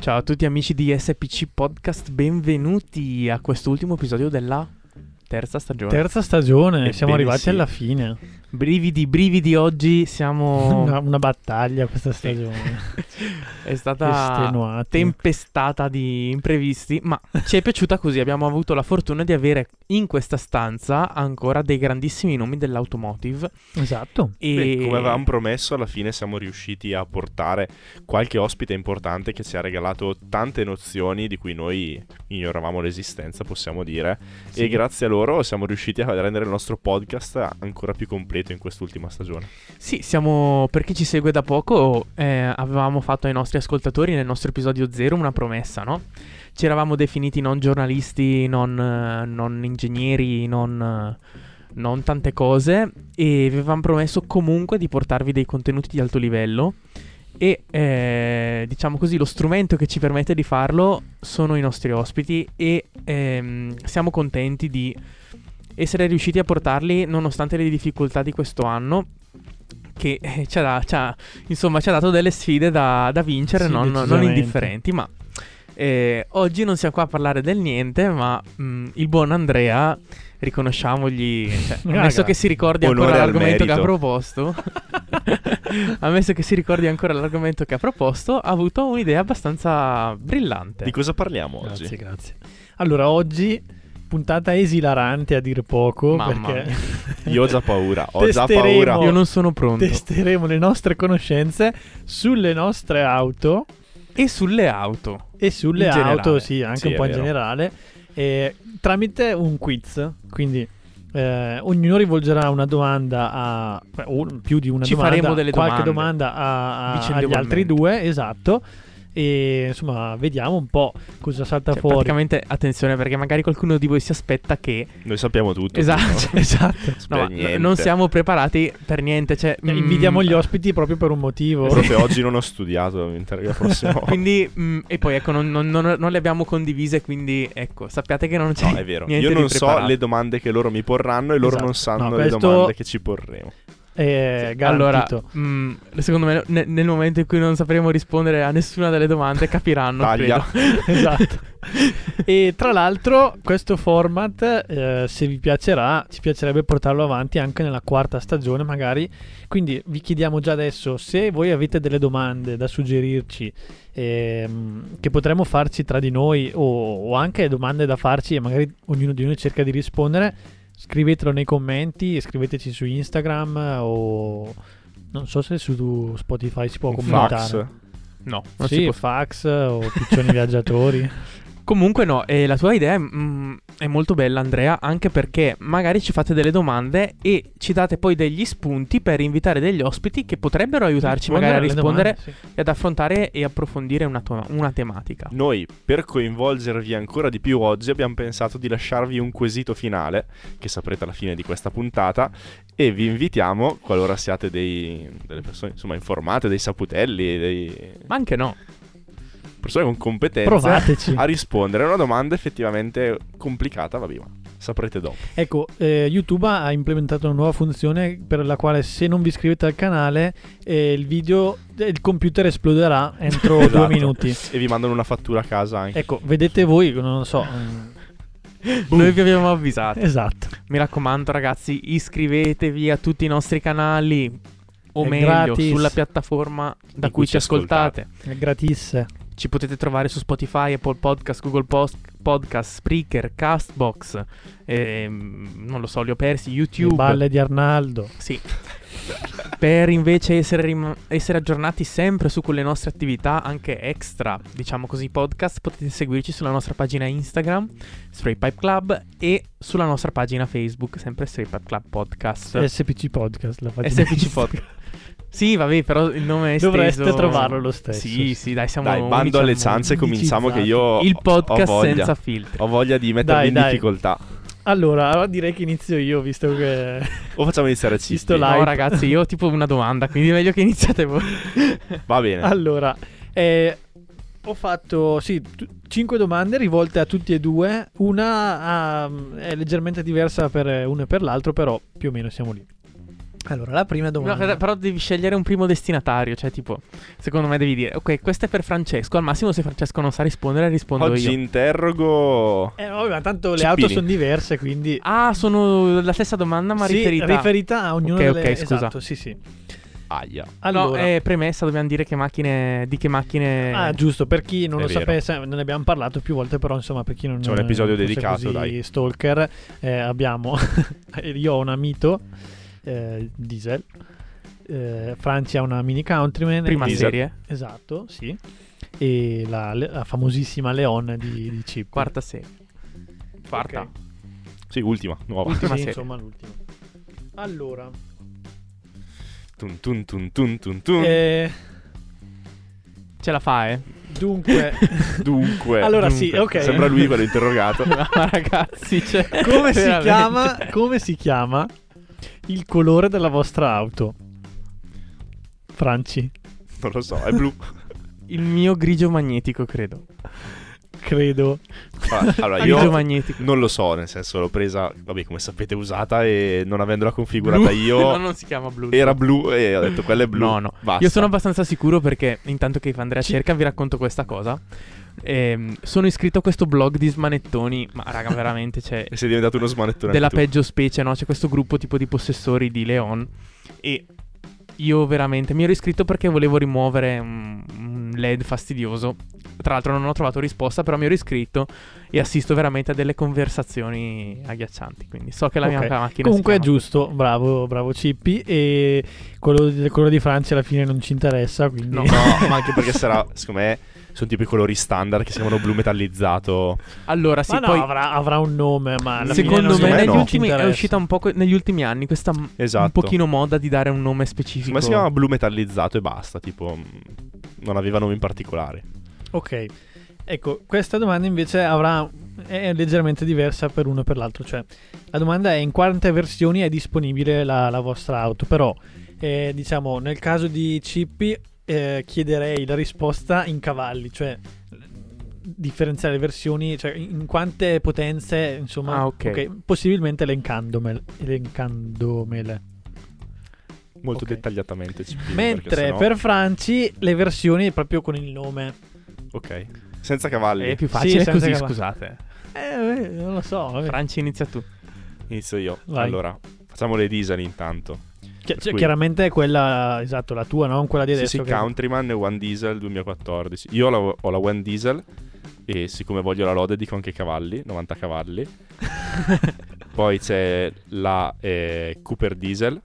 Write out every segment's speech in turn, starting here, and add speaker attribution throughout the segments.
Speaker 1: Ciao a tutti amici di SPC Podcast, benvenuti a quest'ultimo episodio della terza stagione.
Speaker 2: Terza stagione,
Speaker 1: Ebbene
Speaker 2: siamo arrivati
Speaker 1: sì.
Speaker 2: alla fine.
Speaker 1: brividi, brividi oggi, siamo...
Speaker 2: Una, una battaglia questa stagione.
Speaker 1: È stata
Speaker 2: Estenuati.
Speaker 1: tempestata di imprevisti, ma ci è piaciuta così. Abbiamo avuto la fortuna di avere in questa stanza ancora dei grandissimi nomi dell'automotive.
Speaker 2: esatto.
Speaker 1: E...
Speaker 3: Beh, come avevamo promesso, alla fine siamo riusciti a portare qualche ospite importante che ci ha regalato tante nozioni di cui noi ignoravamo l'esistenza, possiamo dire.
Speaker 1: Sì.
Speaker 3: E grazie a loro siamo riusciti a rendere il nostro podcast ancora più completo in quest'ultima stagione.
Speaker 1: Sì, siamo per chi ci segue da poco, eh, avevamo fatto ai nostri ascoltatori nel nostro episodio zero una promessa, no? Ci eravamo definiti non giornalisti, non, eh, non ingegneri, non, eh, non tante cose e vi avevamo promesso comunque di portarvi dei contenuti di alto livello e eh, diciamo così lo strumento che ci permette di farlo sono i nostri ospiti e ehm, siamo contenti di essere riusciti a portarli nonostante le difficoltà di questo anno che eh, ci, ha, da- ci ha- insomma, ci ha dato delle sfide da, da vincere
Speaker 2: Sì,
Speaker 1: non, non
Speaker 2: decisamente.
Speaker 1: indifferenti ma eh, oggi non siamo qua a parlare del niente ma mm, il buon Andrea riconosciamogli cioè,
Speaker 2: Raga.
Speaker 1: ammesso che si ricordi
Speaker 3: Ah, Onore
Speaker 1: ancora
Speaker 3: al
Speaker 1: l'argomento che ha
Speaker 3: merito.
Speaker 1: proposto ammesso che si ricordi ancora l'argomento che ha proposto ha avuto un'idea abbastanza brillante
Speaker 3: Di cosa parliamo
Speaker 1: Ah,
Speaker 3: oggi?
Speaker 2: Grazie, grazie. Allora, oggi puntata esilarante a dir poco
Speaker 1: Mamma
Speaker 2: perché
Speaker 3: Io ho già paura, ho già
Speaker 2: Testeremo.
Speaker 3: paura.
Speaker 1: io non sono pronto
Speaker 2: testeremo le nostre conoscenze sulle nostre auto
Speaker 1: e sulle auto
Speaker 2: e sulle
Speaker 1: In generale.
Speaker 2: auto, sì, anche
Speaker 3: Sì,
Speaker 2: un
Speaker 3: è
Speaker 2: po' in
Speaker 3: vero.
Speaker 2: generale, eh, tramite un quiz. Quindi eh, ognuno rivolgerà una domanda a beh, o più di una
Speaker 1: Ci
Speaker 2: domanda,
Speaker 1: faremo delle
Speaker 2: qualche
Speaker 1: domande.
Speaker 2: domanda a, a- agli
Speaker 1: Vicendevolmente.
Speaker 2: altri due, esatto. E insomma, vediamo un po' cosa salta
Speaker 1: Cioè,
Speaker 2: fuori.
Speaker 1: praticamente attenzione perché magari qualcuno di voi si aspetta che
Speaker 3: Noi sappiamo tutto.
Speaker 1: esatto
Speaker 3: tutto.
Speaker 2: Esatto.
Speaker 3: Sì,
Speaker 1: No, ma
Speaker 3: niente.
Speaker 1: non siamo preparati per niente cioè,
Speaker 2: Eh,
Speaker 1: mm,
Speaker 2: Invidiamo gli ospiti proprio per un motivo.
Speaker 3: Proprio oggi non ho studiato, mi interrogo la prossima volta.
Speaker 1: quindi, mm, e poi ecco, non, non- non- non le abbiamo condivise, quindi ecco, sappiate che non c'è
Speaker 3: No, è vero.
Speaker 1: niente
Speaker 3: Io
Speaker 1: di
Speaker 3: non so
Speaker 1: preparato.
Speaker 3: le domande che loro mi porranno e loro
Speaker 2: Esatto.
Speaker 3: non sanno
Speaker 2: No,
Speaker 3: le
Speaker 2: questo-
Speaker 3: domande che ci porremo.
Speaker 2: Eh,
Speaker 1: Allora,
Speaker 2: garantito.
Speaker 1: mm, secondo me, ne- nel momento in cui non sapremo rispondere a nessuna delle domande, capiranno.
Speaker 3: Taglia.
Speaker 1: credo.
Speaker 2: esatto. e tra l'altro questo format, eh, se vi piacerà, ci piacerebbe portarlo avanti anche nella quarta stagione magari. Quindi vi chiediamo già adesso se voi avete delle domande da suggerirci ehm, che potremmo farci tra di noi o, o anche domande da farci e magari ognuno di noi cerca di rispondere, scrivetelo nei commenti, scriveteci su Instagram o... Non so se su Spotify si può
Speaker 3: Un
Speaker 2: commentare.
Speaker 3: Fax.
Speaker 1: No, non
Speaker 2: sì,
Speaker 1: si può
Speaker 2: fax o piccioni viaggiatori.
Speaker 1: Comunque no, eh, la tua idea è, mm, è molto bella Andrea, anche perché magari ci fate delle domande e ci date poi degli spunti per invitare degli ospiti che potrebbero aiutarci magari a
Speaker 2: alle
Speaker 1: rispondere
Speaker 2: domande, sì.
Speaker 1: e ad affrontare e approfondire una, to- una tematica.
Speaker 3: Noi, per coinvolgervi ancora di più oggi, abbiamo pensato di lasciarvi un quesito finale, che saprete alla fine di questa puntata, e vi invitiamo, qualora siate dei, delle persone insomma, informate, dei saputelli, dei
Speaker 1: Ma anche no,
Speaker 3: persone con
Speaker 1: Eh,
Speaker 3: competenze,
Speaker 2: Provateci.
Speaker 3: a rispondere a una domanda effettivamente complicata, vabbè, ma saprete dopo.
Speaker 2: Ecco, eh, YouTube ha implementato una nuova funzione per la quale se non vi iscrivete al canale eh, il video, eh, il computer esploderà entro due
Speaker 3: Esatto.
Speaker 2: minuti.
Speaker 3: E vi mandano una fattura a casa anche.
Speaker 2: Ecco, vedete voi, non lo so. mm,
Speaker 1: noi vi abbiamo avvisato.
Speaker 2: Esatto.
Speaker 1: Mi raccomando ragazzi, iscrivetevi a tutti i nostri canali, o
Speaker 2: È
Speaker 1: meglio,
Speaker 2: gratis.
Speaker 1: sulla piattaforma da
Speaker 3: Di
Speaker 1: cui
Speaker 3: cui
Speaker 1: ci
Speaker 3: ci
Speaker 1: ascoltate.
Speaker 2: È gratis.
Speaker 1: Ci potete trovare su Spotify, Apple Podcast, Google Post- Podcast, Spreaker, Castbox, ehm, non lo so, li ho persi,
Speaker 2: Le
Speaker 1: YouTube.
Speaker 2: balle di Arnaldo.
Speaker 1: Sì. per invece essere, rim- essere aggiornati sempre su quelle nostre attività, anche extra, diciamo così, podcast, potete seguirci sulla nostra pagina Instagram, Straight Pipe Club, e sulla nostra pagina Facebook, sempre Straight Pipe Club Podcast.
Speaker 2: SPC Podcast. La pagina
Speaker 1: SPC
Speaker 2: Instagram.
Speaker 1: Podcast. Sì, vabbè, però il nome è
Speaker 2: Dovreste
Speaker 1: esteso.
Speaker 2: trovarlo lo stesso.
Speaker 1: Sì, sì, dai, siamo
Speaker 3: Dai,
Speaker 1: unici
Speaker 3: bando
Speaker 1: al
Speaker 3: alle
Speaker 1: mondo.
Speaker 3: cianze, cominciamo che io
Speaker 1: esatto. Il
Speaker 3: ho-
Speaker 1: podcast
Speaker 3: ho voglia.
Speaker 1: senza filtri.
Speaker 3: Ho voglia di mettermi
Speaker 2: Dai,
Speaker 3: in
Speaker 2: dai.
Speaker 3: difficoltà.
Speaker 2: Allora, allora direi che inizio io, visto che...
Speaker 3: O facciamo iniziare Citti?
Speaker 2: Visto là.
Speaker 1: No,
Speaker 2: l'hype.
Speaker 1: ragazzi, io ho tipo una domanda, quindi è meglio che iniziate voi.
Speaker 3: Va bene.
Speaker 2: allora, eh, ho fatto, sì, t- cinque domande rivolte a tutti e due. Una ah, è leggermente diversa per eh, uno e per l'altro, però più o meno siamo lì. Allora, la prima
Speaker 1: No,
Speaker 2: domanda...
Speaker 1: però- però devi scegliere un primo destinatario, cioè tipo, secondo me devi dire, ok, questa è per Francesco, al massimo se Francesco non sa rispondere rispondo io.
Speaker 3: Oggi interrogo...
Speaker 2: Eh, vabbè, ma tanto le
Speaker 3: Cippini.
Speaker 2: auto sono diverse, quindi...
Speaker 1: Ah, sono la stessa domanda ma
Speaker 2: Sì,
Speaker 1: riferita.
Speaker 2: a ognuno
Speaker 1: Ok,
Speaker 2: delle...
Speaker 1: ok, scusa.
Speaker 2: Esatto, sì, sì.
Speaker 3: Aia.
Speaker 1: No,
Speaker 2: Allora...
Speaker 1: è premessa, dobbiamo dire che macchine, di che macchine...
Speaker 2: Ah, giusto, per chi non
Speaker 3: Eh, È
Speaker 2: lo
Speaker 3: vero.
Speaker 2: sapesse, eh, ne abbiamo parlato più volte, però insomma, per chi non
Speaker 3: C'è un episodio
Speaker 2: non fosse
Speaker 3: dedicato,
Speaker 2: così
Speaker 3: dai.
Speaker 2: Stalker, eh, abbiamo io ho un amito eh, Diesel. eh, Francia ha una mini countryman
Speaker 1: prima
Speaker 2: e-
Speaker 3: Diesel.
Speaker 1: serie,
Speaker 2: Esatto, sì. E la, la famosissima Leon di, di Chip.
Speaker 1: quarta serie. Quarta.
Speaker 2: Ok.
Speaker 3: Sì, ultima, nuova.
Speaker 1: Ultima
Speaker 2: sì,
Speaker 1: serie.
Speaker 2: insomma, l'ultima. Allora,
Speaker 3: Tun, tun, tun, tun, tun, tun.
Speaker 2: eh,
Speaker 1: Ce la fa, eh.
Speaker 2: dunque,
Speaker 3: Dunque.
Speaker 2: allora sì,
Speaker 1: dunque,
Speaker 2: ok.
Speaker 3: Sembra lui quello interrogato.
Speaker 1: Ma ragazzi, cioè,
Speaker 2: come si
Speaker 1: veramente.
Speaker 2: chiama? Come si chiama il colore della vostra auto? Franci,
Speaker 3: non lo so, è blu.
Speaker 1: Il mio grigio magnetico, credo.
Speaker 2: credo.
Speaker 3: Ah, Allora,
Speaker 1: Grigio
Speaker 3: io
Speaker 1: magnetico.
Speaker 3: non lo so, nel senso l'ho presa, vabbè, come sapete, usata e non avendola configurata
Speaker 1: No,
Speaker 3: io
Speaker 1: non si chiama blu.
Speaker 3: era blu e ho detto quella è blu.
Speaker 1: No, no.
Speaker 3: Basta.
Speaker 1: Io sono abbastanza sicuro perché intanto che Andrea cerca vi racconto questa cosa. Ehm, sono iscritto a questo blog di smanettoni, ma raga veramente c'è
Speaker 3: e sei diventato uno smanettone
Speaker 1: della
Speaker 3: anche tu.
Speaker 1: peggio specie, no? C'è questo gruppo tipo di possessori di Leon e io veramente mi ero iscritto perché volevo rimuovere un, un LED fastidioso. Tra l'altro non ho trovato risposta, però mi ero iscritto e assisto veramente a delle conversazioni agghiaccianti, quindi so che la
Speaker 2: Ok.
Speaker 1: mia macchina
Speaker 2: Comunque è
Speaker 1: si chiama-
Speaker 2: giusto, bravo, bravo Cippi. E quello, di- quello di Francia alla fine non ci interessa, quindi...
Speaker 1: No.
Speaker 3: No, ma anche perché sarà, secondo me, sono tipo i colori standard che si chiamano blu metallizzato.
Speaker 1: Allora, sì,
Speaker 2: Ma no,
Speaker 1: poi
Speaker 2: avrà, avrà un nome, ma alla fine
Speaker 1: Secondo
Speaker 2: non-
Speaker 1: me,
Speaker 3: me
Speaker 1: negli
Speaker 3: Eh, no.
Speaker 2: non ci
Speaker 1: ultimi, è
Speaker 2: interessa.
Speaker 1: uscita un po' que- negli ultimi anni questa m- un
Speaker 3: Esatto.
Speaker 1: pochino moda di dare un nome specifico.
Speaker 3: Ma si chiama blu metallizzato e basta, tipo mh, non aveva nome in particolare.
Speaker 2: Ok, ecco, questa domanda invece avrà, è leggermente diversa per uno e per l'altro, cioè la domanda è in quante versioni è disponibile la, la vostra auto, però eh, diciamo nel caso di Cippi eh, chiederei la risposta in cavalli, cioè differenziare le versioni, cioè in quante potenze, insomma,
Speaker 1: Ah, ok.
Speaker 2: possibilmente elencandomele. elencandomele.
Speaker 3: Molto
Speaker 2: Ok.
Speaker 3: dettagliatamente. CP, perché
Speaker 2: Mentre
Speaker 3: sennò-
Speaker 2: per Franci le versioni proprio con il nome.
Speaker 3: Ok. Senza cavalli.
Speaker 1: È Eh, più
Speaker 2: Sì,
Speaker 1: facile
Speaker 2: senza
Speaker 1: così,
Speaker 2: che va-
Speaker 1: scusate.
Speaker 2: Eh, eh, non lo so. vabbè.
Speaker 1: Franci, inizia tu.
Speaker 3: Inizio io.
Speaker 2: Vai.
Speaker 3: Allora, facciamo le diesel intanto.
Speaker 2: Chi-
Speaker 3: Per
Speaker 2: cioè,
Speaker 3: cui-
Speaker 2: chiaramente è quella, esatto, la tua, non quella di
Speaker 3: Sì,
Speaker 2: adesso.
Speaker 3: sì,
Speaker 2: che-
Speaker 3: Countryman e One Diesel 2014. Io ho la, ho la One Diesel e siccome voglio la lode dico anche cavalli, 90 cavalli. Poi c'è la eh, Cooper Diesel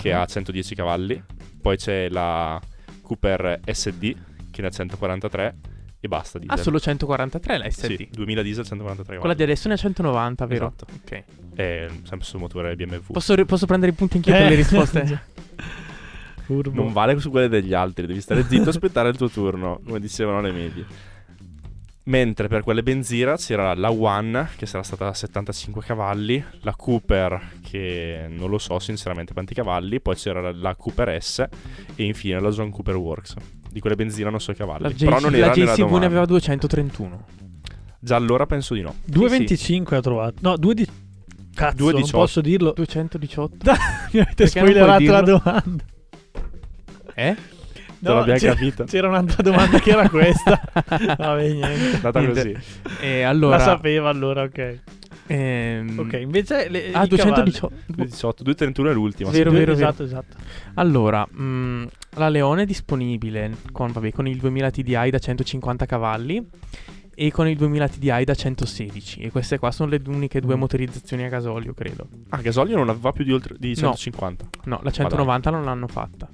Speaker 3: che ha 110 cavalli. Poi c'è la Cooper SD che ne ha 143 e basta
Speaker 1: Ha
Speaker 3: diesel.
Speaker 1: solo 143 la SD.
Speaker 3: Sì, 2000 diesel 143
Speaker 1: Quella
Speaker 3: cavalli.
Speaker 1: di adesso ne ha 190, vero?
Speaker 3: Esatto.
Speaker 1: Ok.
Speaker 3: È sempre sul motore BMW.
Speaker 1: Posso, ri- posso prendere i punti anch'io per
Speaker 2: Eh,
Speaker 1: le risposte?
Speaker 2: Furbo.
Speaker 1: Boh.
Speaker 3: Non vale su quelle degli altri, devi stare zitto e aspettare il tuo turno, come dicevano le medie. Mentre per quelle benzina c'era la One che sarà stata a 75 cavalli, la Cooper che non lo so sinceramente quanti cavalli, poi c'era la- la Cooper S e infine la John Cooper Works. Di quelle benzina non so i cavalli,
Speaker 1: La,
Speaker 3: però non era nella
Speaker 1: JCV ne
Speaker 3: domanda.
Speaker 1: aveva 231.
Speaker 3: Già allora penso di no.
Speaker 2: 2,25 ho trovato. No, 2 di... Cazzo, non
Speaker 3: 2,18.
Speaker 2: posso dirlo.
Speaker 1: 218.
Speaker 2: Mi avete
Speaker 1: Perché non puoi
Speaker 2: spoilerato la
Speaker 1: dirlo?
Speaker 2: domanda.
Speaker 1: Eh?
Speaker 3: non l'abbiamo
Speaker 1: cioè,
Speaker 2: c'era,
Speaker 3: capita.
Speaker 2: c'era un'altra domanda che era questa. Vabbè, niente.
Speaker 3: È andata
Speaker 1: Niente.
Speaker 3: così.
Speaker 1: E
Speaker 2: La
Speaker 1: allora...
Speaker 2: sapeva allora, ok.
Speaker 3: Mm.
Speaker 1: ehm,
Speaker 2: Ok, invece le,
Speaker 1: Ah,
Speaker 2: i cavalli.
Speaker 1: 218.
Speaker 3: 18, 231 è l'ultima.
Speaker 1: Vero,
Speaker 2: Due-
Speaker 1: vero, vero.
Speaker 2: esatto, esatto.
Speaker 1: Allora, mh, la Leone è disponibile con, vabbè, con il 2000 TDI da 150 cavalli e con il 2000 TDI da 116. E queste qua sono le d- uniche due motorizzazioni a gasolio, credo.
Speaker 3: Ah, gasolio non aveva più di oltre di
Speaker 1: No.
Speaker 3: 150.
Speaker 1: No, la 190 non l'hanno fatta.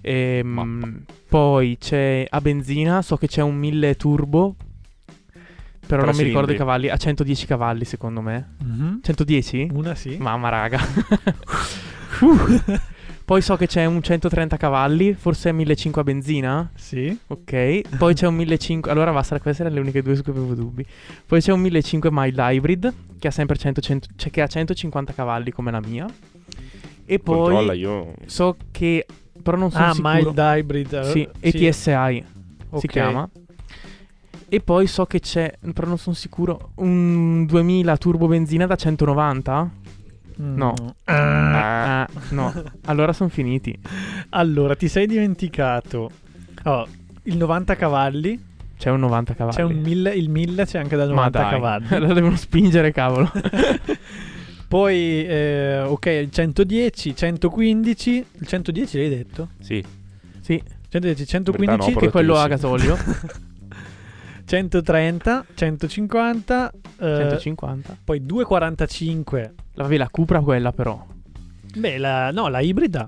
Speaker 1: Ehm, poi c'è a benzina, so che c'è un 1000 turbo, però
Speaker 3: Tre
Speaker 1: non mi ricordo
Speaker 3: cilindri.
Speaker 1: i cavalli, a 110 cavalli Mm-hmm. secondo me. 110?
Speaker 2: Una sì.
Speaker 1: Mamma raga. Poi so che c'è un 130 cavalli, forse è 1500 a benzina.
Speaker 2: Sì.
Speaker 1: Ok. Poi c'è un 1500. Allora basta, queste erano le uniche due su cui avevo dubbi. Poi c'è un 1500 mild hybrid che ha sempre 100 100 cioè che ha 150 cavalli come la mia. E poi
Speaker 3: Controlla io.
Speaker 1: so che però non sono
Speaker 2: Ah,
Speaker 1: sicuro.
Speaker 2: mild hybrid. allora-
Speaker 1: Sì, ETSI si
Speaker 2: ok.
Speaker 1: chiama. E poi so che c'è, però non sono sicuro, un 2000 turbo benzina da 190?
Speaker 2: Mm.
Speaker 1: No.
Speaker 2: Eh.
Speaker 3: Ah,
Speaker 1: Ah, no. Allora sono finiti.
Speaker 2: Allora, ti sei dimenticato. Oh, il 90 cavalli,
Speaker 1: C'è un 90 cavalli.
Speaker 2: c'è un 1000, il 1000 c'è anche da
Speaker 1: Ah, Ma
Speaker 2: 90
Speaker 1: dai.
Speaker 2: cavalli.
Speaker 1: La devono spingere, cavolo.
Speaker 2: Poi, eh, ok, il 110, 115, il 110 l'hai detto?
Speaker 3: sì.
Speaker 2: 110,
Speaker 3: In realtà
Speaker 2: 115,
Speaker 3: no,
Speaker 1: Che
Speaker 3: però-
Speaker 2: che-
Speaker 1: quello
Speaker 3: sì.
Speaker 1: a gasolio,
Speaker 2: Eh. 130, 150, eh,
Speaker 1: 150.
Speaker 2: poi 245.
Speaker 1: La- Vabbè, la Cupra quella però.
Speaker 2: Beh, la, no, la ibrida.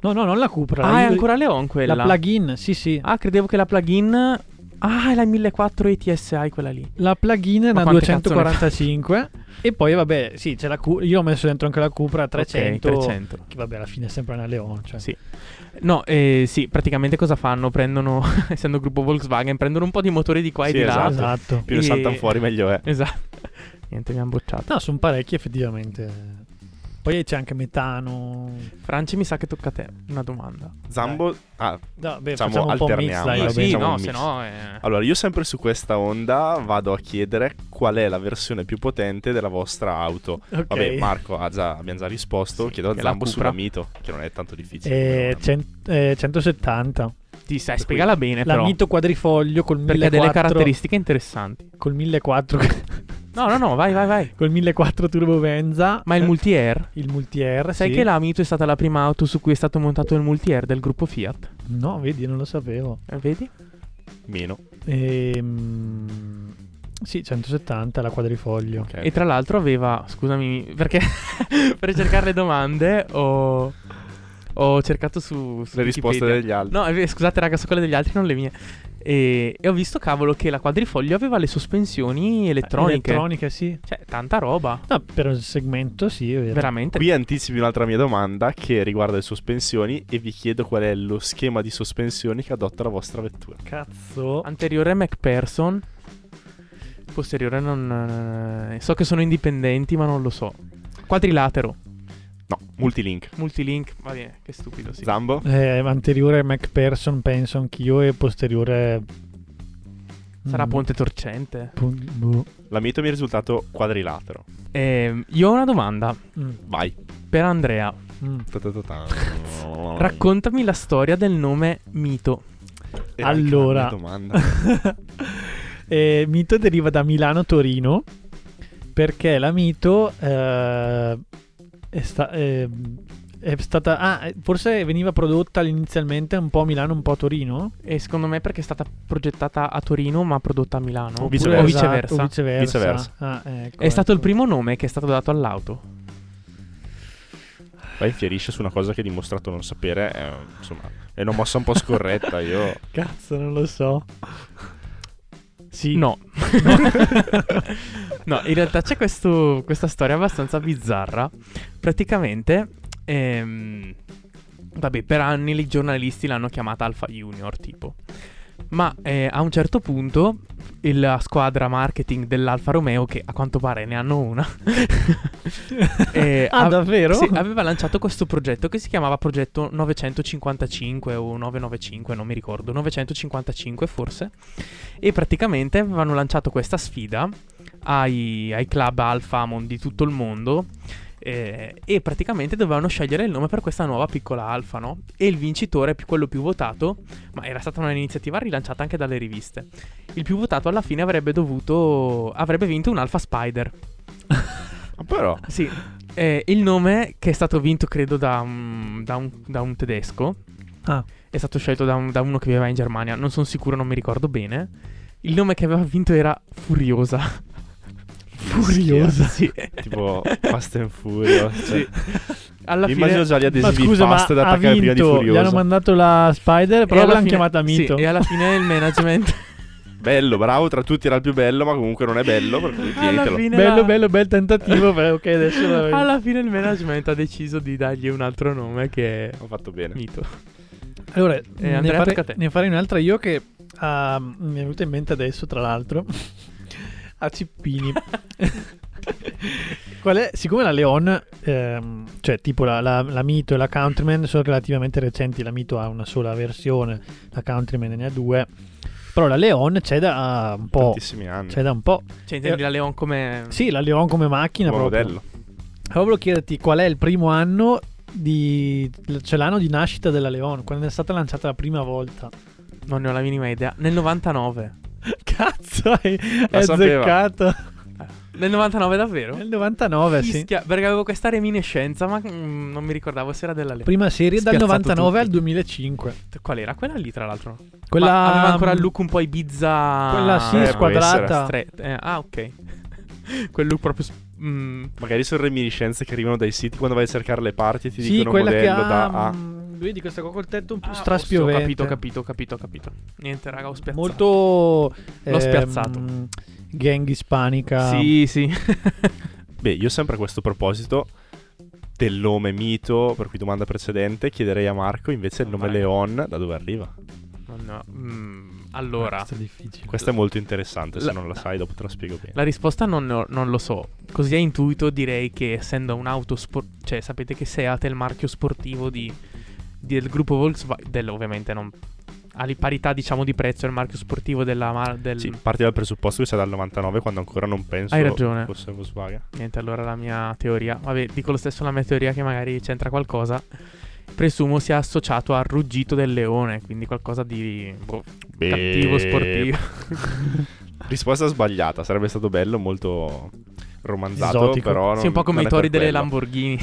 Speaker 2: No, no, non la Cupra. la
Speaker 1: Ah, è
Speaker 2: ibri-
Speaker 1: ancora Leon quella.
Speaker 2: la plug-in, sì, sì.
Speaker 1: ah, credevo che la plug-in... Ah, è la 1400 ETSI quella lì.
Speaker 2: La plug-in è
Speaker 1: Ma
Speaker 2: da
Speaker 1: quante cazzo ne
Speaker 2: 245 e poi vabbè, sì, c'è la Cu- io ho messo dentro anche la Cupra
Speaker 1: Ok,
Speaker 2: 300,
Speaker 1: 300.
Speaker 2: che vabbè alla fine è sempre una Leon, cioè.
Speaker 1: Sì. No, eh, sì, praticamente cosa fanno? Prendono, essendo gruppo Volkswagen, prendono un po' di motori di qua e
Speaker 3: Sì,
Speaker 1: di là.
Speaker 3: esatto.
Speaker 2: Esatto.
Speaker 3: Più ne
Speaker 1: E-
Speaker 3: saltano fuori, meglio è.
Speaker 1: Esatto. Niente, mi hanno bocciato.
Speaker 2: No, sono parecchi effettivamente. Poi c'è anche metano.
Speaker 1: Franci, mi sa che tocca a te una domanda.
Speaker 3: Zambo. Ah,
Speaker 2: No, beh,
Speaker 3: Diciamo,
Speaker 2: facciamo un po' mix,
Speaker 3: alterniamo,
Speaker 2: dai,
Speaker 3: dai,
Speaker 2: va
Speaker 1: Ah, sì,
Speaker 2: bene.
Speaker 3: pensiamo
Speaker 1: no,
Speaker 3: un
Speaker 1: se
Speaker 3: mix.
Speaker 1: no... eh.
Speaker 3: Allora, io sempre su questa onda vado a chiedere qual è la versione più potente della vostra auto.
Speaker 2: Ok.
Speaker 3: Vabbè, Marco ha già, abbiamo già risposto.
Speaker 1: Sì,
Speaker 3: Chiedo
Speaker 1: che
Speaker 3: a
Speaker 1: è la
Speaker 3: Zambo
Speaker 1: Cupra.
Speaker 3: sulla Mito, che non è tanto difficile. come
Speaker 2: Eh,
Speaker 3: domanda.
Speaker 2: cen- eh, 170.
Speaker 1: Ti sai, spiegala bene
Speaker 2: La
Speaker 1: Eh, però.
Speaker 2: mito quadrifoglio col
Speaker 1: Perché ha
Speaker 2: 1400
Speaker 1: delle caratteristiche interessanti.
Speaker 2: col 1400
Speaker 1: No, no, no, vai, vai, vai.
Speaker 2: col 1400 turbobenza,
Speaker 1: Ma il
Speaker 2: Eh,
Speaker 1: multi-air?
Speaker 2: il multi-air,
Speaker 1: Sai
Speaker 2: sì.
Speaker 1: che la Mito è stata la prima auto su cui è stato montato il multi-air del gruppo Fiat?
Speaker 2: No, vedi, non lo sapevo.
Speaker 1: Eh, Vedi?
Speaker 3: Meno.
Speaker 2: Ehm, sì, 170 la quadrifoglio.
Speaker 3: ok.
Speaker 1: E tra l'altro aveva, scusami, perché per cercare le domande ho, ho cercato su, su
Speaker 3: Le risposte
Speaker 1: Wikipedia.
Speaker 3: degli altri.
Speaker 1: No, eh, scusate raga, sono quelle degli altri, non le mie. E, e ho visto, cavolo, che la quadrifoglio aveva le sospensioni elettroniche.
Speaker 2: Elettronica, sì.
Speaker 1: cioè, tanta roba.
Speaker 2: No, per il segmento, sì, è vero.
Speaker 1: Veramente.
Speaker 3: Qui anticipi un'altra mia domanda che riguarda le sospensioni e vi chiedo qual è lo schema di sospensioni che adotta la vostra vettura.
Speaker 2: Cazzo.
Speaker 1: Anteriore MacPherson. Posteriore non... eh, so che sono indipendenti, ma non lo so. Quadrilatero.
Speaker 3: No, multilink.
Speaker 1: Multilink. Va bene, che stupido, sì.
Speaker 3: Zambo?
Speaker 2: Eh, anteriore MacPherson penso anch'io e posteriore...
Speaker 1: Sarà
Speaker 2: Mm,
Speaker 1: ponte torcente.
Speaker 2: pun- boh.
Speaker 3: La Mito mi è risultato quadrilatero.
Speaker 1: Ehm, io ho una domanda
Speaker 2: Mm,
Speaker 3: Vai.
Speaker 1: per Andrea.
Speaker 2: mm.
Speaker 3: Ta-ta-ta-ta.
Speaker 1: Raccontami la storia del nome Mito.
Speaker 3: Era anche
Speaker 2: Allora.
Speaker 3: la mia domanda.
Speaker 2: Eh, Mito deriva da Milano-Torino perché la Mito eh, è, sta- eh, è stata... Ah, eh, forse veniva prodotta inizialmente un po' a Milano, un po' a Torino?
Speaker 1: E secondo me perché è stata progettata a Torino ma prodotta a Milano.
Speaker 3: O
Speaker 1: Oppure-
Speaker 3: viceversa.
Speaker 1: O viceversa.
Speaker 2: O viceversa.
Speaker 3: Viceversa.
Speaker 2: Ah, ecco,
Speaker 1: È stato il
Speaker 2: ecco.
Speaker 1: primo nome che è stato dato all'auto.
Speaker 3: Poi infierisce su una cosa che hai dimostrato non sapere. eh, insomma, è una mossa un po' scorretta. Io.
Speaker 2: Cazzo, non lo so. Sì.
Speaker 1: No. no, in realtà c'è questo- questa storia abbastanza bizzarra. Praticamente, ehm, vabbè, per anni i giornalisti l'hanno chiamata Alfa Junior, tipo. Ma eh, a un certo punto il- la squadra marketing dell'Alfa Romeo, che a quanto pare ne hanno una, eh,
Speaker 2: ah,
Speaker 1: ha-
Speaker 2: davvero?
Speaker 1: sì, aveva lanciato questo progetto che si chiamava Progetto 955 o 995, non mi ricordo, 955 forse. E praticamente avevano lanciato questa sfida ai, ai club alfa mon- di tutto il mondo. eh, e praticamente dovevano scegliere il nome per questa nuova piccola alfa, no? E il vincitore, pi- quello più votato, ma era stata un'iniziativa rilanciata anche dalle riviste. Il più votato alla fine avrebbe dovuto. avrebbe vinto un Alfa Spider.
Speaker 3: Ma però.
Speaker 1: Sì, eh, il nome che è stato vinto credo da, un- da un, da un tedesco.
Speaker 2: Ah.
Speaker 1: È stato scelto da, un- da uno che viveva in Germania, non sono sicuro, non mi ricordo bene. Il nome che aveva vinto era Furiosa.
Speaker 2: Furiosa.
Speaker 1: sì.
Speaker 3: Tipo Fast and Furious. Cioè,
Speaker 1: Alla
Speaker 3: mi immagino
Speaker 1: fine...
Speaker 3: già gli
Speaker 2: Ma
Speaker 3: adesivi
Speaker 2: scusa, ma
Speaker 3: Fast da
Speaker 2: ha
Speaker 3: attaccare prima di
Speaker 2: vinto. Gli hanno
Speaker 3: Furioso.
Speaker 2: mandato la Spider,
Speaker 1: e
Speaker 2: però
Speaker 1: alla
Speaker 2: l'hanno
Speaker 1: fine-
Speaker 2: chiamata Mito.
Speaker 1: Sì, e alla fine il management...
Speaker 3: bello, bravo, tra tutti era il più bello, ma comunque non è bello, per cui
Speaker 1: Alla
Speaker 3: tienitelo.
Speaker 1: fine
Speaker 2: Bello,
Speaker 1: la-
Speaker 2: bello, bel tentativo. beh, ok, adesso la-
Speaker 1: Alla fine il management ha deciso di dargli un altro nome che è
Speaker 3: Ho fatto bene.
Speaker 1: Mito.
Speaker 2: Allora, ne,
Speaker 1: Eh, Andrea,
Speaker 2: fare-
Speaker 1: tocca a te.
Speaker 2: ne farei un'altra io che ah, mi è venuta in mente adesso, tra l'altro. a Cippini. Qual è? Siccome la Leon, ehm, cioè tipo la, la- la Mito e la Countryman sono relativamente recenti, la Mito ha una sola versione, la Countryman ne ha due, però la Leon c'è da un po'.
Speaker 3: Tantissimi anni.
Speaker 2: C'è da un po'.
Speaker 1: Cioè, intendi la Leon come...
Speaker 2: Sì, la Leon come macchina
Speaker 3: Buon
Speaker 2: proprio.
Speaker 3: modello.
Speaker 2: Allora volevo chiederti qual è il primo anno di... cioè l'anno di nascita della Leon, quando è stata lanciata la prima volta.
Speaker 1: Non ne ho la minima idea. Nel 99.
Speaker 2: Cazzo, hai,
Speaker 3: La
Speaker 2: hai
Speaker 3: sapeva.
Speaker 2: azzeccato.
Speaker 1: Nel 99 davvero?
Speaker 2: Nel 99, sì.
Speaker 1: Fischia, Eh, perché avevo questa reminiscenza, ma mm, non mi ricordavo se era della Leon.
Speaker 2: Prima serie dal
Speaker 1: Spiazzato
Speaker 2: 99
Speaker 1: tutti.
Speaker 2: al 2005.
Speaker 1: Qual era? Quella lì, tra l'altro.
Speaker 2: Quella mm,
Speaker 1: Ma aveva ancora il look un po' Ibiza.
Speaker 2: Quella sì,
Speaker 3: Eh, può
Speaker 2: squadrata.
Speaker 1: Stre- eh, ah, ok. Quel look proprio. s- mm,
Speaker 3: Magari sono reminiscenze che arrivano dai siti quando vai a cercare le parti e ti
Speaker 2: Sì,
Speaker 3: dicono
Speaker 2: quella che
Speaker 3: modello da
Speaker 2: ha
Speaker 3: A.
Speaker 2: mm, vedi questa qua col tetto un po'
Speaker 1: ah,
Speaker 2: straspiovente.
Speaker 1: Ho capito, ho capito, ho capito, ho capito. Niente, raga, ho spiazzato.
Speaker 2: Molto ehm,
Speaker 1: L'ho spiazzato.
Speaker 2: Gang ispanica.
Speaker 1: Sì, sì.
Speaker 3: Beh, io sempre a questo proposito del nome mito, per cui domanda precedente, chiederei a Marco invece il nome
Speaker 1: Vai.
Speaker 3: Leon da dove arriva.
Speaker 1: Oh, no. Mm, allora,
Speaker 2: Questo è difficile.
Speaker 3: Questo è molto interessante, se
Speaker 1: La-
Speaker 3: non la sai dopo te la spiego bene.
Speaker 1: la risposta non, ne ho- non lo so. Così a intuito direi che essendo un'auto sport... Cioè, sapete che Seat è il marchio sportivo di, del gruppo Volkswagen... del- ovviamente non... Alla parità, diciamo, di prezzo è il marchio sportivo della... mar- Del...
Speaker 3: Sì, parti dal presupposto che sia dal 99 quando ancora non penso
Speaker 1: Hai ragione.
Speaker 3: fosse Volkswagen.
Speaker 1: Niente, allora la mia teoria. Vabbè, dico lo stesso la mia teoria che magari c'entra qualcosa. Presumo sia associato al ruggito del leone, quindi qualcosa di boh, cattivo sportivo.
Speaker 3: Risposta sbagliata, sarebbe stato bello, molto romanzato,
Speaker 2: Esotico.
Speaker 3: però non,
Speaker 1: sì, un po' come
Speaker 3: non
Speaker 1: i
Speaker 3: è
Speaker 1: tori
Speaker 3: per
Speaker 1: delle
Speaker 3: quello.
Speaker 1: Lamborghini.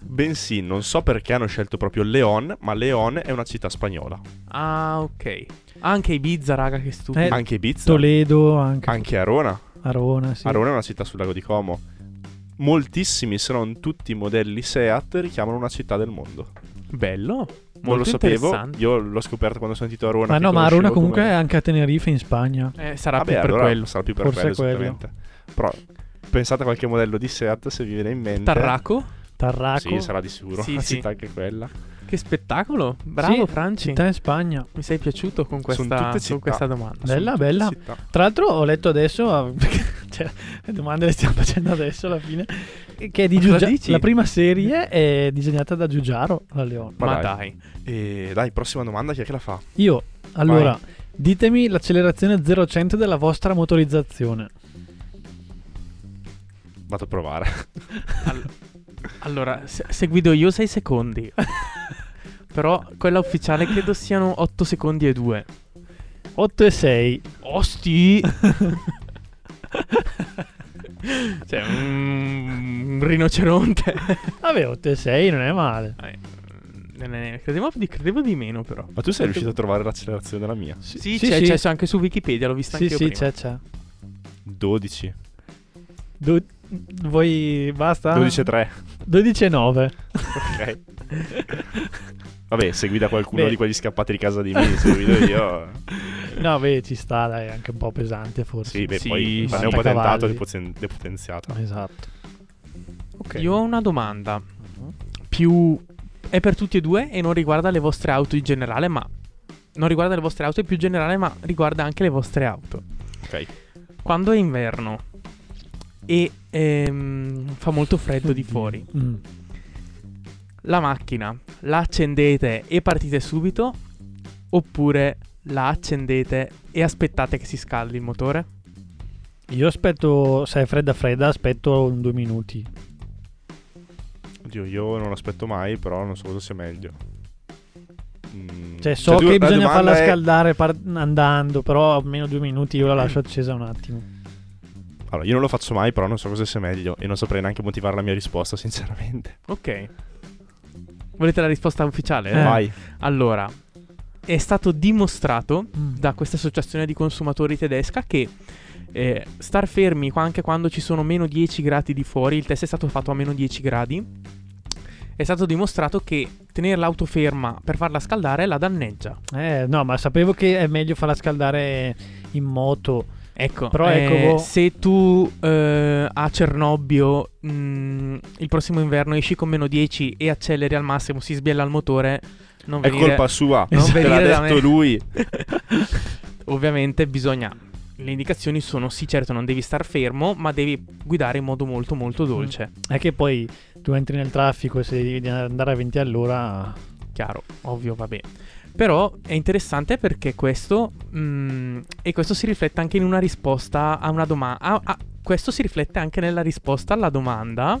Speaker 3: Bensì, non so perché hanno scelto proprio Leon, ma Leon è una città spagnola.
Speaker 1: Ah, ok. Anche Ibiza, raga, che stupido.
Speaker 2: Eh,
Speaker 3: Anche Ibiza,
Speaker 2: Toledo, anche,
Speaker 3: anche Arona.
Speaker 2: Arona, sì.
Speaker 3: Arona è una città sul lago di Como. Moltissimi, se non tutti i modelli Seat richiamano una città del mondo.
Speaker 1: Bello. Molto
Speaker 3: non lo sapevo,
Speaker 1: interessante.
Speaker 3: io l'ho scoperto quando ho sentito Arona.
Speaker 2: Ma
Speaker 3: che
Speaker 2: no, ma
Speaker 3: conoscevo
Speaker 2: Arona comunque è
Speaker 3: come-
Speaker 2: anche a Tenerife in Spagna.
Speaker 1: Eh, sarà
Speaker 3: Vabbè,
Speaker 1: più per
Speaker 3: allora
Speaker 1: quello.
Speaker 3: sarà più per
Speaker 2: Forse
Speaker 3: quello,
Speaker 2: quello.
Speaker 3: esattamente. Però pensate a qualche modello di Seat se vi viene in mente.
Speaker 1: Tarraco?
Speaker 2: Tarraco.
Speaker 3: Sì, sarà di sicuro
Speaker 1: Sì,
Speaker 3: una
Speaker 1: sì.
Speaker 3: città anche quella.
Speaker 1: Che spettacolo. Bravo,
Speaker 2: Sì,
Speaker 1: Franci.
Speaker 2: Città in Spagna.
Speaker 1: Mi sei piaciuto con questa,
Speaker 3: tutte città.
Speaker 1: con questa domanda.
Speaker 2: Bella,
Speaker 3: Tutte
Speaker 2: bella.
Speaker 3: città.
Speaker 2: Tra l'altro ho letto adesso, ah, perché, cioè, le domande le stiamo facendo adesso alla fine, che è di
Speaker 1: Ma cosa
Speaker 2: Giugia-
Speaker 1: dici?
Speaker 2: la prima serie è disegnata da Giugiaro, la Leone.
Speaker 3: Ma
Speaker 1: Ma,
Speaker 3: dai.
Speaker 1: dai.
Speaker 3: E dai, prossima domanda, chi è che la fa?
Speaker 2: Io, allora, ditemi l'accelerazione 0-100 della vostra motorizzazione.
Speaker 3: Vado a provare.
Speaker 1: All- allora, se, se guido io 6 secondi. Però quella ufficiale credo siano 8 secondi e 2.
Speaker 2: 8 e 6.
Speaker 1: Osti! cioè, un, un rinoceronte.
Speaker 2: Vabbè, 8 e 6 non è male.
Speaker 1: Eh, ne- ne- ne- credevo, di, credevo di meno, però.
Speaker 3: Ma tu sei riuscito a trovare l'accelerazione della mia?
Speaker 1: Sì, c'è, c'è anche su Wikipedia, l'ho vista
Speaker 2: Sì,
Speaker 1: anche io.
Speaker 2: sì, c'è, c'è.
Speaker 3: 12.
Speaker 2: Du- voi basta?
Speaker 3: 12 e 3.
Speaker 2: 12 e 9.
Speaker 3: Ok. Vabbè, se guida qualcuno
Speaker 2: Beh.
Speaker 3: di quelli scappati di casa di me, se guido io.
Speaker 2: No, beh, ci sta, dai, è anche un po' pesante forse.
Speaker 3: Sì, beh,
Speaker 1: Sì,
Speaker 3: poi
Speaker 1: sì.
Speaker 3: ne ho patentato e
Speaker 2: Cavalli.
Speaker 3: depoten- depotenziato.
Speaker 2: Esatto. Ok.
Speaker 1: Io ho una domanda. Più è per tutti e due e non riguarda le vostre auto in generale, ma non riguarda le vostre auto in più generale, ma riguarda anche le vostre auto.
Speaker 3: Ok.
Speaker 1: Quando è inverno e ehm, fa molto freddo di fuori,
Speaker 2: Mm.
Speaker 1: la macchina la accendete e partite subito oppure la accendete e aspettate che si scaldi il motore?
Speaker 2: Io aspetto, se è fredda fredda, aspetto un due minuti.
Speaker 3: Mm. Oddio, io non aspetto mai, però non so cosa sia meglio. Mm,
Speaker 2: Cioè, so
Speaker 3: tu-
Speaker 2: che
Speaker 3: la
Speaker 2: bisogna
Speaker 3: domanda
Speaker 2: farla
Speaker 3: è- Mm.
Speaker 2: scaldare par- andando, però almeno due minuti io la lascio accesa un attimo.
Speaker 3: Allora, io non lo faccio mai, però non so cosa sia meglio. E non saprei neanche motivare la mia risposta, sinceramente.
Speaker 1: Ok. Volete la risposta ufficiale?
Speaker 2: Eh.
Speaker 3: Vai.
Speaker 1: Allora, è stato dimostrato
Speaker 2: Mm.
Speaker 1: da questa associazione di consumatori tedesca che eh, star fermi qua- anche quando ci sono meno 10 gradi di fuori, il test è stato fatto a meno 10 gradi, è stato dimostrato che tenere l'auto ferma per farla scaldare la danneggia.
Speaker 2: Eh, no, ma sapevo che è meglio farla scaldare in moto.
Speaker 1: Ecco,
Speaker 2: Però,
Speaker 1: eh,
Speaker 2: ecco, boh.
Speaker 1: se tu eh, a Cernobbio mh, il prossimo inverno esci con meno 10 e acceleri al massimo, si sbiella il motore, non
Speaker 3: È
Speaker 1: venire-
Speaker 3: colpa sua,
Speaker 1: non
Speaker 3: te l'ha
Speaker 1: venire da
Speaker 3: detto
Speaker 1: me.
Speaker 3: lui.
Speaker 1: Ovviamente bisogna. Le indicazioni sono sì, certo, non devi star fermo, ma devi guidare in modo molto molto dolce.
Speaker 2: È che poi tu entri nel traffico e se devi andare a 20 all'ora.
Speaker 1: Chiaro, ovvio, vabbè. Però è interessante perché questo. mm, e questo si riflette anche in una risposta a una domanda. questo si riflette anche nella risposta alla domanda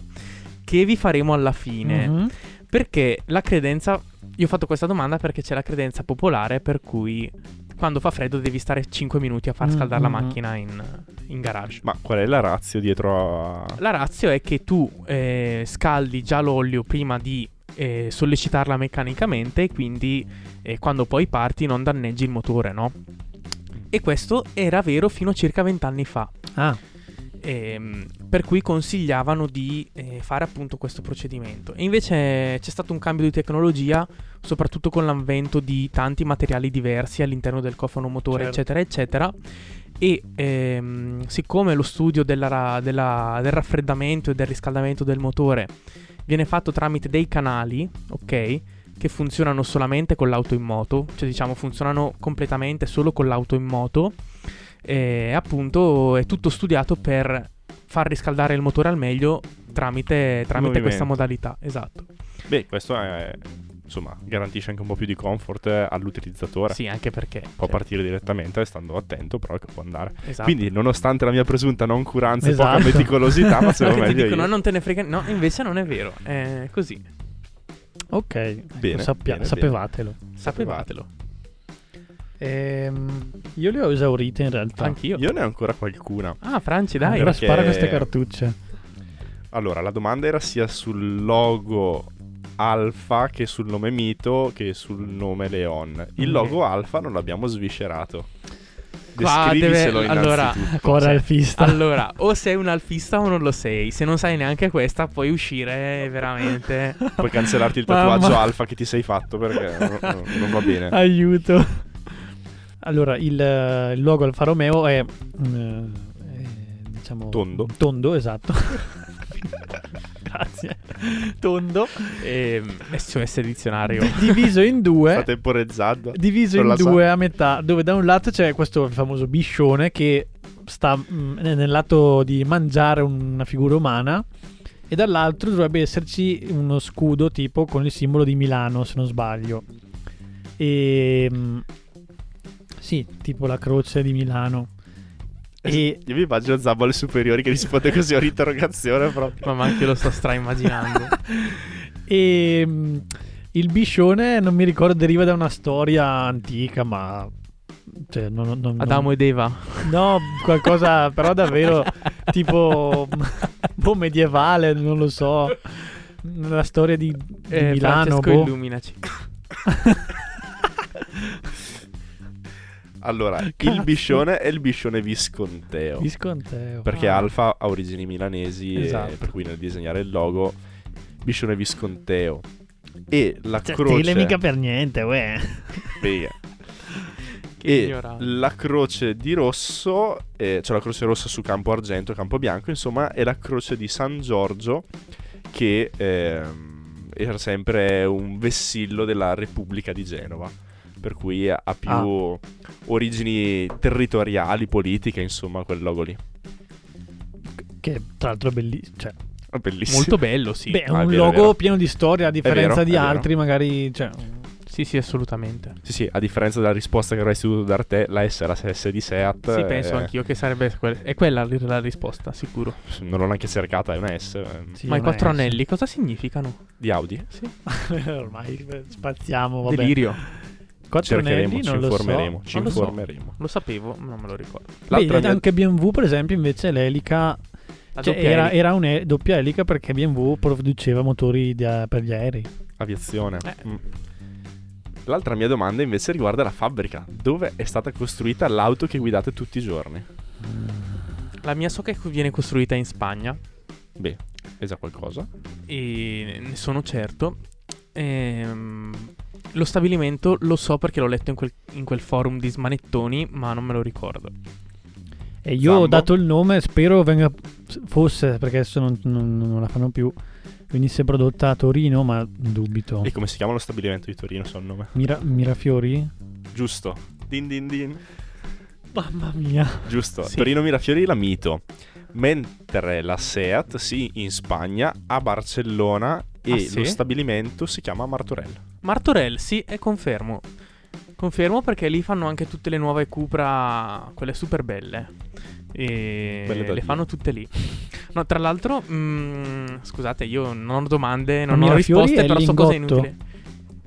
Speaker 1: che vi faremo alla fine.
Speaker 2: Mhm.
Speaker 1: Perché la credenza. Io ho fatto questa domanda perché c'è la credenza popolare per cui quando fa freddo devi stare 5 minuti a far scaldare
Speaker 2: Mhm.
Speaker 1: la macchina in, in garage.
Speaker 3: Ma qual è la razio dietro a...
Speaker 1: La razio è che tu eh, scaldi già l'olio prima di eh, sollecitarla meccanicamente e quindi eh, quando poi parti non danneggi il motore, no? E questo era vero fino a circa 20 anni fa.
Speaker 2: Ah,
Speaker 1: Ehm, per cui consigliavano di eh, fare appunto questo procedimento. E invece c'è stato un cambio di tecnologia, soprattutto con l'avvento di tanti materiali diversi all'interno del cofano motore,
Speaker 2: Certo.
Speaker 1: eccetera, eccetera. E ehm, siccome lo studio della ra- della- del raffreddamento e del riscaldamento del motore viene fatto tramite dei canali, ok? Che funzionano solamente con l'auto in moto, cioè diciamo funzionano completamente solo con l'auto in moto. E appunto è tutto studiato per far riscaldare il motore al meglio tramite, tramite
Speaker 3: Movimento.
Speaker 1: questa modalità. Esatto.
Speaker 3: Beh, questo è... Insomma, garantisce anche un po' più di comfort eh, all'utilizzatore.
Speaker 1: Sì, anche perché.
Speaker 3: Può
Speaker 1: cioè,
Speaker 3: partire direttamente, stando attento però che può andare.
Speaker 1: esatto.
Speaker 3: Quindi, nonostante la mia presunta noncuranza e
Speaker 2: Esatto.
Speaker 3: poca meticolosità, facevo
Speaker 1: Perché ti
Speaker 3: meglio
Speaker 1: dicono
Speaker 3: io.
Speaker 1: non te ne frega. No, invece non è vero. È così.
Speaker 2: ok.
Speaker 3: Bene,
Speaker 2: Lo sappia-
Speaker 3: bene,
Speaker 2: sapevatelo.
Speaker 1: Sapevatelo.
Speaker 2: Ehm, io le ho esaurite in realtà.
Speaker 1: Anch'io.
Speaker 3: Io ne ho ancora qualcuna.
Speaker 1: Ah, Franci, dai.
Speaker 2: Allora
Speaker 3: perché-
Speaker 2: spara queste cartucce.
Speaker 3: Allora, la domanda era sia sul logo Alfa che sul nome Mito che sul nome Leon. Il
Speaker 1: Ok.
Speaker 3: logo Alfa non l'abbiamo sviscerato.
Speaker 1: Qua
Speaker 3: Descriviselo
Speaker 1: deve- allora,
Speaker 3: innanzitutto.
Speaker 2: Corre
Speaker 1: Cioè,
Speaker 2: al fista.
Speaker 1: Allora, o sei un alfista o non lo sei. Se non sai neanche questa, puoi uscire veramente.
Speaker 3: Puoi cancellarti il
Speaker 2: Mamma. Eh.
Speaker 3: tatuaggio Alfa che ti sei fatto
Speaker 1: ah,
Speaker 3: perché no- no- non va bene.
Speaker 2: Aiuto. Allora, il, eh, il logo Alfa Romeo è. mm, eh, diciamo.
Speaker 3: Tondo.
Speaker 2: Tondo, esatto. Grazie. Tondo.
Speaker 1: Ehm, SOS dizionario.
Speaker 2: Diviso in
Speaker 3: Sta
Speaker 2: due.
Speaker 3: temporizzando.
Speaker 2: Diviso
Speaker 3: Non
Speaker 2: in
Speaker 3: la sa.
Speaker 2: due a metà, dove da un lato c'è questo famoso biscione che sta mm, nel lato di mangiare una figura umana, e dall'altro dovrebbe esserci uno scudo tipo con il simbolo di Milano, se non sbaglio. E. mm, Sì, tipo la croce di Milano. E.
Speaker 3: Io mi immagino Zabbo alle superiori che risponde così a un'interrogazione proprio.
Speaker 1: Mamma, anche lo sto straimmaginando.
Speaker 2: e mm, il biscione, non mi ricordo, deriva da una storia antica, ma. Cioè, non, non- non-
Speaker 1: Adamo ed Eva.
Speaker 2: No, qualcosa però davvero tipo boh, medievale, non lo so. La storia di, di
Speaker 1: Eh,
Speaker 2: Milano,
Speaker 1: Francesco,
Speaker 2: boh.
Speaker 1: illuminaci.
Speaker 3: Allora, il
Speaker 2: Cazzo.
Speaker 3: biscione è il biscione visconteo.
Speaker 2: Visconteo.
Speaker 3: Perché
Speaker 2: Ah.
Speaker 3: Alfa ha origini milanesi e
Speaker 2: Esatto.
Speaker 3: per cui nel disegnare il logo Biscione Visconteo e la
Speaker 2: Cioè,
Speaker 3: croce
Speaker 2: stile mica per niente, uè.
Speaker 3: Figa.
Speaker 1: Che
Speaker 3: e
Speaker 1: ignorante.
Speaker 3: la croce di rosso eh, cioè la croce rossa su campo argento e campo bianco insomma è la croce di San Giorgio che ehm, era sempre un vessillo della Repubblica di Genova per cui ha ha più
Speaker 1: Ah.
Speaker 3: origini territoriali, politiche, insomma, quel logo lì.
Speaker 2: Che tra l'altro è bellissimo. Cioè,
Speaker 3: È Bellissimo.
Speaker 1: Molto bello, sì.
Speaker 2: beh, è
Speaker 3: Ah, è
Speaker 2: un
Speaker 3: vero, è
Speaker 2: logo
Speaker 3: vero.
Speaker 2: pieno di storia, a differenza
Speaker 3: vero,
Speaker 2: di
Speaker 3: è vero.
Speaker 2: altri, magari. Cioè,
Speaker 1: Sì, sì, assolutamente.
Speaker 3: Sì, sì, a differenza della risposta che avresti dovuto dar te, la S era SS di Seat.
Speaker 1: Sì,
Speaker 3: eh,
Speaker 1: penso anch'io che sarebbe quella. È quella la la risposta, sicuro.
Speaker 3: Non l'ho neanche cercata, è una S. ehm,
Speaker 2: sì,
Speaker 1: Ma i
Speaker 2: non è-
Speaker 1: quattro anelli cosa significano? Oh,
Speaker 3: Di Audi.
Speaker 2: Ormai spaziamo. Vabbè.
Speaker 1: Delirio.
Speaker 2: Quattro
Speaker 3: Cercheremo,
Speaker 2: anelli,
Speaker 3: ci
Speaker 2: non lo
Speaker 3: informeremo.
Speaker 2: so.
Speaker 3: Ci
Speaker 1: Non lo so.
Speaker 3: informeremo.
Speaker 1: Lo sapevo, ma non me lo ricordo.
Speaker 3: L'altra
Speaker 2: Beh,
Speaker 3: mia-
Speaker 2: anche BMW, per esempio, invece l'elica
Speaker 1: La
Speaker 2: Cioè,
Speaker 1: doppia
Speaker 2: era,
Speaker 1: elica.
Speaker 2: era una doppia elica perché BMW produceva motori da- per gli aerei.
Speaker 3: aviazione.
Speaker 1: Eh.
Speaker 3: Mm. L'altra mia domanda invece riguarda la fabbrica. Dove è stata costruita l'auto che guidate tutti i giorni?
Speaker 1: La mia so che viene costruita in Spagna.
Speaker 3: Beh, è già qualcosa.
Speaker 1: e ne sono certo. Ehm, lo stabilimento lo so perché l'ho letto in quel, in quel forum di smanettoni, ma non me lo ricordo.
Speaker 2: E io
Speaker 3: Zambo?
Speaker 2: ho dato il nome, spero venga fosse, perché adesso non, non- non la fanno più, venisse prodotta a Torino, ma dubito.
Speaker 3: E come si chiama lo stabilimento di Torino? So il nome.
Speaker 2: Mira- Mirafiori?
Speaker 3: Giusto. Din din din.
Speaker 2: Mamma mia.
Speaker 3: Giusto.
Speaker 1: Sì.
Speaker 3: Torino Mirafiori la mito. Mentre la Seat, sì, in Spagna, a Barcellona e
Speaker 1: Ah, sì?
Speaker 3: lo stabilimento si chiama Martorella.
Speaker 1: Martorell, sì, e confermo. Confermo perché lì fanno anche tutte le nuove Cupra, quelle super belle. E
Speaker 3: Belle da
Speaker 1: le
Speaker 3: Dio.
Speaker 1: fanno tutte lì. No, tra l'altro, mm, scusate, io non ho domande,
Speaker 2: Ma
Speaker 1: non ho
Speaker 2: Mirafiori è
Speaker 1: risposte,
Speaker 2: il
Speaker 1: però so cose
Speaker 2: lingotto?
Speaker 1: inutili.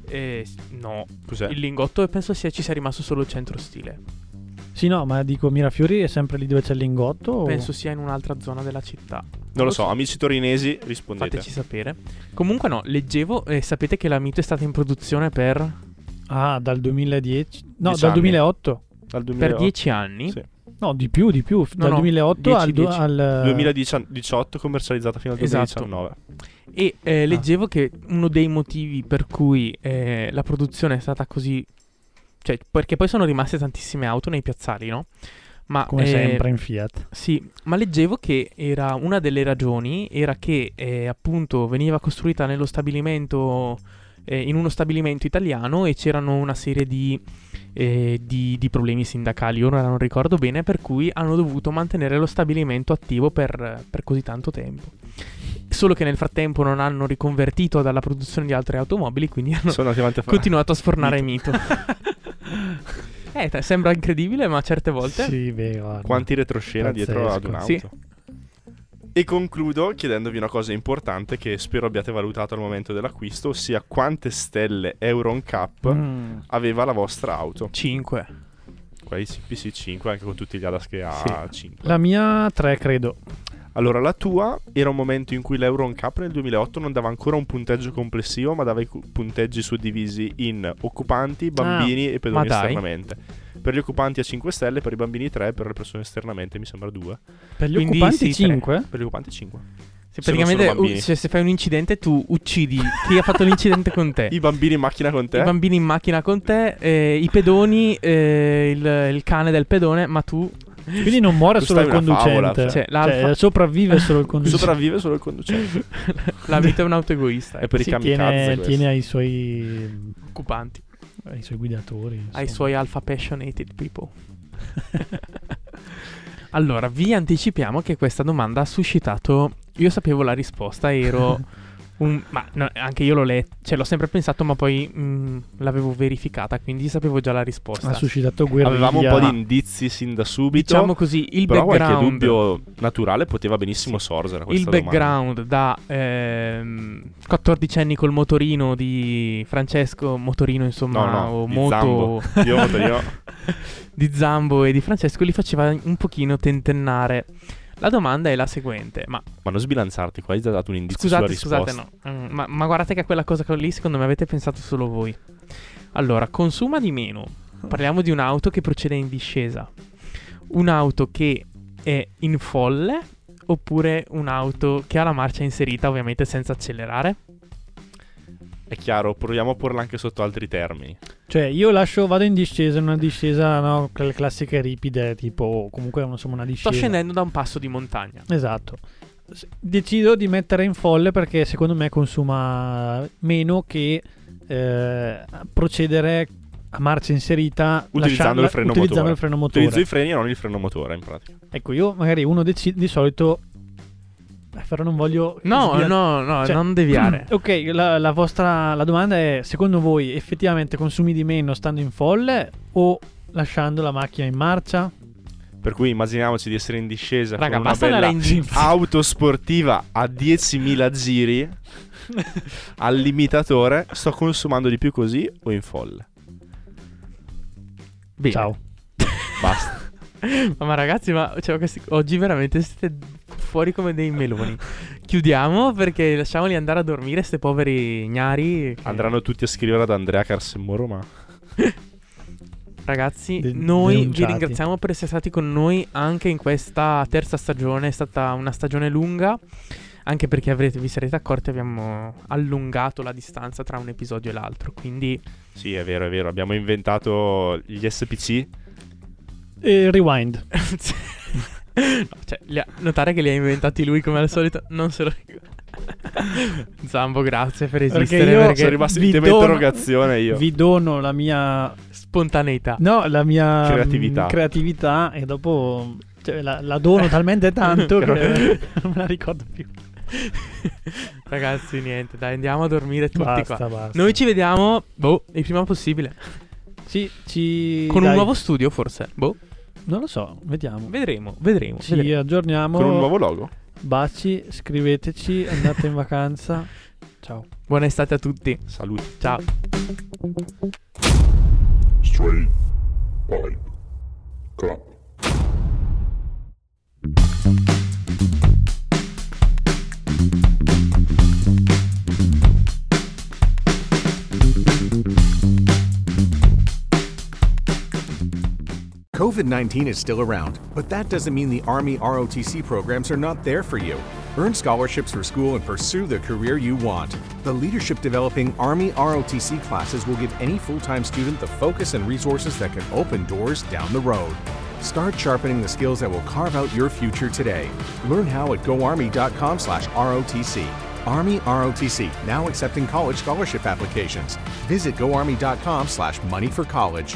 Speaker 1: Eh, s- no,
Speaker 3: Cos'è?
Speaker 1: il lingotto penso sia, ci sia rimasto solo il centro stile.
Speaker 2: Sì, no, ma dico Mirafiori è sempre lì dove c'è il lingotto? o-
Speaker 1: Penso sia in un'altra zona della città.
Speaker 3: Non lo so, amici torinesi, rispondete.
Speaker 1: Fateci sapere. Comunque no, leggevo e sapete che la Mito è stata in produzione per,
Speaker 2: Ah, dal 2010? No,
Speaker 3: Dieci
Speaker 2: dal
Speaker 3: anni.
Speaker 2: 2008.
Speaker 3: Dal
Speaker 1: per
Speaker 3: 2008
Speaker 1: dieci anni.
Speaker 3: Sì.
Speaker 2: No, di più, di più.
Speaker 1: No,
Speaker 2: dal
Speaker 1: no,
Speaker 2: 2008
Speaker 1: dieci,
Speaker 2: al, du-
Speaker 1: dieci.
Speaker 2: al...
Speaker 3: 2018 commercializzata fino al
Speaker 1: Esatto.
Speaker 3: 2019.
Speaker 1: E eh, leggevo che uno dei motivi per cui eh, la produzione è stata così. Cioè, perché poi sono rimaste tantissime auto nei piazzali, no? Ma,
Speaker 2: Come
Speaker 1: eh,
Speaker 2: sempre in Fiat.
Speaker 1: Sì, ma leggevo che era una delle ragioni era che eh, appunto veniva costruita nello stabilimento. eh, in uno stabilimento italiano e c'erano una serie di, eh, di- di problemi sindacali, ora non ricordo bene, per cui hanno dovuto mantenere lo stabilimento attivo per, per così tanto tempo. Solo che nel frattempo non hanno riconvertito dalla produzione di altre automobili, quindi hanno
Speaker 3: Sono anche avanti a fare.
Speaker 1: continuato a sfornare mito. eh, t- sembra incredibile, ma certe volte
Speaker 2: Sì, vero.
Speaker 3: Quanti retroscena dietro ad
Speaker 2: Pazzesco.
Speaker 3: un'auto.
Speaker 1: Sì.
Speaker 3: E concludo chiedendovi una cosa importante che spero abbiate valutato al momento dell'acquisto, ossia quante stelle Euron Cup
Speaker 1: Mm.
Speaker 3: aveva la vostra auto.
Speaker 1: 5.
Speaker 3: Qua di PC5 anche con tutti gli ADAS che ha
Speaker 1: Sì.
Speaker 3: 5.
Speaker 2: La mia 3, credo.
Speaker 3: Allora la tua era un momento in cui l'Euron Cup nel 2008 non dava ancora un punteggio complessivo ma dava i cu- punteggi suddivisi in occupanti, bambini e
Speaker 1: Ah, ma
Speaker 3: pedoni
Speaker 1: dai.
Speaker 3: esternamente. Per gli occupanti a 5 stelle, per i bambini 3, per le persone esternamente mi sembra 2.
Speaker 2: Per gli
Speaker 1: Quindi
Speaker 2: occupanti
Speaker 1: sì, tre.
Speaker 2: 5?
Speaker 3: Per gli occupanti 5.
Speaker 1: Se
Speaker 3: Se non
Speaker 1: praticamente
Speaker 3: sono bambini.
Speaker 1: u- se, se fai un incidente tu uccidi chi ha fatto l'incidente con te.
Speaker 3: I bambini in macchina con te?
Speaker 1: Eh. I bambini in macchina con te, eh, i pedoni, eh, il, il cane del pedone, ma tu...
Speaker 2: Quindi non muore
Speaker 3: Tu
Speaker 2: solo il
Speaker 3: stai una favola,
Speaker 2: conducente.
Speaker 1: cioè. Cioè, l'alfa-
Speaker 2: cioè, sopravvive solo il conducente.
Speaker 3: Sopravvive solo il conducente.
Speaker 1: La vita è un autoegoista,
Speaker 3: È
Speaker 1: è
Speaker 3: per i
Speaker 2: Sì,
Speaker 3: kamikaze
Speaker 2: tiene,
Speaker 3: questo.
Speaker 2: tiene ai suoi
Speaker 1: preoccupante.
Speaker 2: ai suoi guidatori
Speaker 1: Ai
Speaker 2: insomma.
Speaker 1: suoi alpha passionated people. allora, vi anticipiamo che questa domanda ha suscitato... Io sapevo la risposta, ero... un- ma no, anche io l'ho letto, cioè l'ho sempre pensato, ma poi mm, l'avevo verificata, quindi sapevo già la risposta.
Speaker 2: ha suscitato guerriglia
Speaker 3: Avevamo un po' di indizi sin da subito.
Speaker 1: diciamo così, il
Speaker 3: però qualche
Speaker 1: background...
Speaker 3: dubbio naturale poteva benissimo sorgere. a
Speaker 1: il
Speaker 3: questa domanda.
Speaker 1: background da ehm, 14 anni col motorino di Francesco, motorino insomma,
Speaker 3: No, no,
Speaker 1: o
Speaker 3: di
Speaker 1: moto
Speaker 3: Zambo. Io voto io.
Speaker 1: di Zambo e di Francesco li faceva un pochino tentennare. La domanda è la seguente, ma
Speaker 3: Ma non sbilanciarti qua, hai già dato un indizio
Speaker 1: scusate,
Speaker 3: sulla risposta.
Speaker 1: scusate, no, Mm, ma, ma guardate che a quella cosa che- lì secondo me avete pensato solo voi. Allora, consuma di meno. Parliamo di un'auto che procede in discesa. Un'auto che è in folle oppure un'auto che ha la marcia inserita ovviamente senza accelerare?
Speaker 3: È chiaro, proviamo a porla anche sotto altri termini.
Speaker 2: cioè io lascio vado in discesa in una discesa no quelle classiche ripide tipo o comunque insomma una discesa
Speaker 1: Sto scendendo da un passo di montagna.
Speaker 2: esatto S- decido di mettere in folle perché secondo me consuma meno che eh, procedere a marcia inserita lasciarla-
Speaker 3: Utilizzando il freno
Speaker 2: utilizzando
Speaker 3: motore.
Speaker 2: il freno motore
Speaker 3: Utilizzo i freni e non il freno motore, in pratica.
Speaker 2: ecco io magari uno decide di solito Eh, però non voglio
Speaker 1: No,
Speaker 2: sbia-
Speaker 1: no, no,
Speaker 2: Cioè-
Speaker 1: non deviare.
Speaker 2: Ok, la, la vostra la domanda è: secondo voi effettivamente consumi di meno stando in folle o lasciando la macchina in marcia?
Speaker 3: Per cui immaginiamoci di essere in discesa
Speaker 1: Raga,
Speaker 3: con una
Speaker 1: basta andare
Speaker 3: bella
Speaker 1: in gym.
Speaker 3: auto sportiva a 10.000 giri al limitatore. Sto consumando di più così o in folle?
Speaker 1: Bene.
Speaker 2: Ciao.
Speaker 3: Basta.
Speaker 1: Ma, ma ragazzi, ma cioè, questi- oggi veramente siete fuori come dei meloni. Chiudiamo perché lasciamoli andare a dormire, ste poveri ignari. che-
Speaker 3: Andranno tutti a scrivere ad Andrea Carsemoro, ma
Speaker 1: Ragazzi,
Speaker 2: De-
Speaker 1: noi vi
Speaker 2: denunciati.
Speaker 1: ringraziamo per essere stati con noi anche in questa terza stagione. È stata una stagione lunga. Anche perché avrete, vi sarete accorti, abbiamo allungato la distanza tra un episodio e l'altro. Quindi
Speaker 3: Sì, è vero, è vero. Abbiamo inventato gli SPC.
Speaker 2: E rewind.
Speaker 1: No, cioè, li ha- notare che li ha inventati lui come al solito, non se lo ricordo. Zambo, grazie per esistere.
Speaker 2: io
Speaker 1: perché
Speaker 3: Sono rimasto
Speaker 2: vi
Speaker 3: in tema
Speaker 2: dono-
Speaker 3: interrogazione io.
Speaker 2: Vi dono la mia
Speaker 1: spontaneità.
Speaker 2: No, la mia
Speaker 3: Creatività.
Speaker 2: mm, creatività e dopo cioè, la, la dono talmente tanto che non me la ricordo più.
Speaker 1: Ragazzi, niente, dai, andiamo a dormire tutti
Speaker 2: basta,
Speaker 1: qua.
Speaker 2: basta.
Speaker 1: Noi ci vediamo, boh, il prima possibile.
Speaker 2: Sì, ci...
Speaker 1: Con un
Speaker 2: dai,
Speaker 1: nuovo studio, forse. Boh,
Speaker 2: Non lo so, vediamo.
Speaker 1: vedremo, vedremo.
Speaker 2: Ci
Speaker 1: vedremo.
Speaker 2: aggiorniamo.
Speaker 3: Con un nuovo logo.
Speaker 2: Baci, scriveteci, andate in vacanza. Ciao.
Speaker 1: Buona estate a tutti.
Speaker 3: Saluti.
Speaker 1: Ciao.
Speaker 4: straight pipe cup.
Speaker 5: COVID 19 is still around, but that doesn't mean the Army ROTC programs are not there for you. Earn scholarships for school and pursue the career you want. The Leadership Developing Army ROTC classes will give any full time student the focus and resources that can open doors down the road. Start sharpening the skills that will carve out your future today. Learn how at goarmy.com slash ROTC. Army ROTC, now accepting college scholarship applications. Visit goarmy.com slash money for college.